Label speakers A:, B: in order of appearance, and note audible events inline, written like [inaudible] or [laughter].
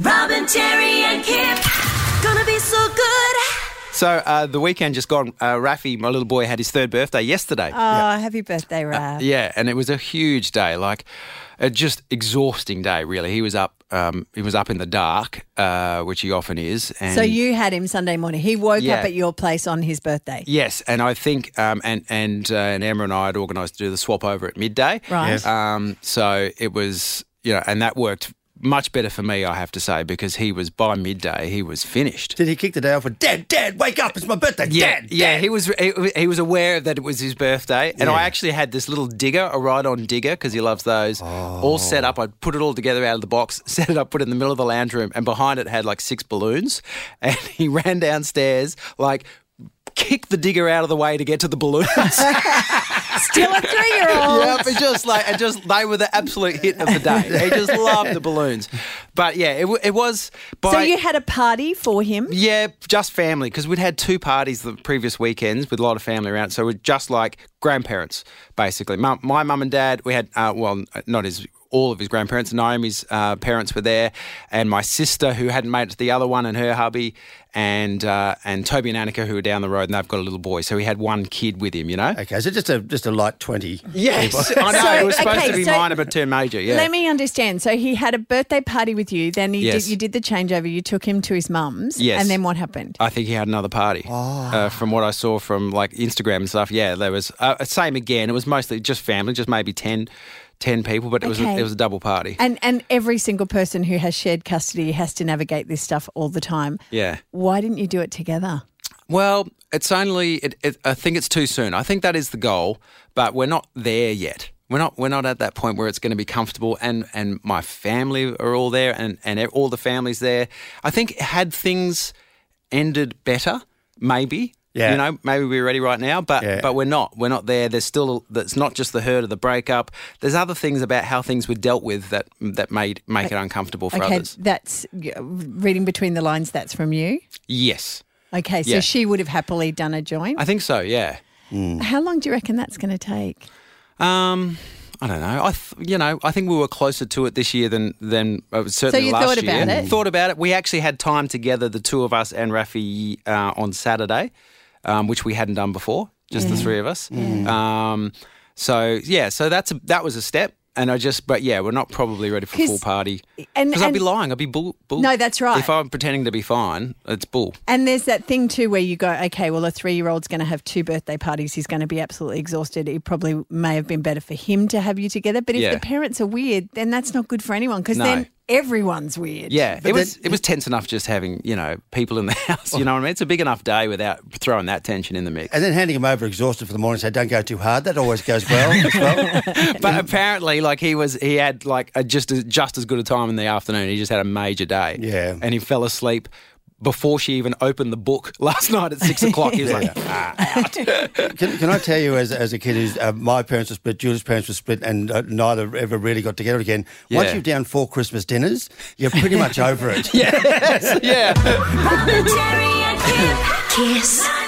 A: Robin, Terry, and Kip. Gonna be so good.
B: So uh, the weekend just gone, uh, Rafi, my little boy, had his third birthday yesterday.
C: Oh, happy
B: Uh,
C: birthday, Raf.
B: Yeah, and it was a huge day, like a just exhausting day. Really, he was up. Um, he was up in the dark, uh, which he often is. And
C: so you had him Sunday morning. He woke
B: Yeah.
C: up at your place on his birthday.
B: Yes, and I think um, and and uh, and Emma and I had organised to do the swap over at midday.
C: Right. Yes.
B: Um, so it was you know, and that worked much better for me, I have to say, because he was by midday he was finished.
D: Did he kick the day off with Dad? Dad, wake up! It's my birthday.
B: Yeah,
D: Dad,
B: yeah,
D: Dad."
B: he was he, he was aware that it was his birthday, and I actually had this little digger, a ride-on digger, because he loves those, all set up. I would put it all together out of the box, [laughs] set it up, put it in the middle of the lounge room, and behind it had like six balloons, [laughs] and he ran downstairs like. Kicked the digger out of the way to get to the
C: [laughs]
B: balloons. [laughs]
C: Still a three year old.
B: yeah, but just like and just they were the absolute hit of the day. He just loved the balloons, but yeah, it, w- it was. By,
C: So you had a party for him.
B: yeah, just family because we'd had two parties the previous weekends with a lot of family around. So we're just like grandparents, basically. Mum, my mum and dad, we had, uh, well, not his, all of his grandparents. Naomi's uh, parents were there, and my sister who hadn't made it to the other one, and her hubby, and uh, and Toby and Annika who were down the road, and they've got a little boy. So he had one kid with him, you know.
D: Okay, so just a just a light twenty.
B: Yes, I know. it was supposed
C: okay,
B: to be
C: so-
B: minor, but turned major. Yeah.
C: Let me understand. So he had a birthday party with you. Then you,
B: Yes.
C: did, you did the changeover. You took him to his mum's.
B: Yes. Uh,
C: And then what happened?
B: I think he had another party.
C: Ah.
B: Uh, from what I saw from like Instagram and stuff, yeah, there was uh, same again. It was mostly just family, just maybe 10, 10 people, but it was a,
C: Okay.
B: it was a double party.
C: and and every single person who has shared custody has to navigate this stuff all the time.
B: Yeah.
C: Why didn't you do it together?
B: Well, it's only it, it, I think it's too soon. I think that is the goal, but we're not there yet. We're not we're not at that point where it's going to be comfortable and and my family are all there and and all the families there. I think had things ended better, maybe.
D: Yeah.
B: You know, maybe we're ready right now, but
D: Yeah.
B: but we're not. We're not there. There's still that's not just the hurt of the breakup. There's other things about how things were dealt with that that made make it uncomfortable for
C: okay,
B: others.
C: that's uh, reading between the lines. That's from you.
B: Yes.
C: Okay, so
B: Yeah.
C: she would have happily done a join.
B: I think so, yeah.
C: How long do you reckon that's going to take?
B: Um, I don't know. I th- you know I think we were closer to it this year than than uh, certainly
C: you
B: last
C: thought
B: year.
C: about it?
B: Thought about it. We actually had time together, the two of us and Rafi, uh, on Saturday, um, which we hadn't done before. Just
C: Mm.
B: the three of us. Um, so yeah, so that's a, that was a step. And I just, but yeah, we're not probably ready for
C: 'Cause-
B: full party.
C: and-
B: Because I'd
C: and-
B: be lying. I'd be bull, bull.
C: No, that's right.
B: If I'm pretending to be fine, it's bull.
C: And there's that thing too where you go, okay, well, a three year old's going to have two birthday parties. He's going to be absolutely exhausted. It probably may have been better for him to have you together. But if
B: Yeah.
C: the parents are weird, then that's not good for anyone because
B: No.
C: then everyone's weird.
B: Yeah, it
D: then-
B: was it was tense enough just having you know people in the [laughs] house.
C: Oh.
B: You know what I mean? It's a big enough day without throwing that tension in the mix.
D: And then handing him over exhausted for the morning, say, "Don't go too hard." That always goes
B: [laughs]
D: well. as well.
B: But apparently, like he was, he had like a just as, just as good a time in the afternoon. He just had a major day.
D: Yeah.
B: and he fell asleep before she even opened the book [laughs] last night at six o'clock. He was like, "Ah."
D: Can, can I tell you, as, as a kid, who's, uh, my parents were split, Judith's parents were split, and uh, neither ever really got together again.
B: Yeah.
D: Once you've down four Christmas dinners, you're pretty much over it.
B: yes, yeah.
A: Robin, Terry, and Kip. Kiss.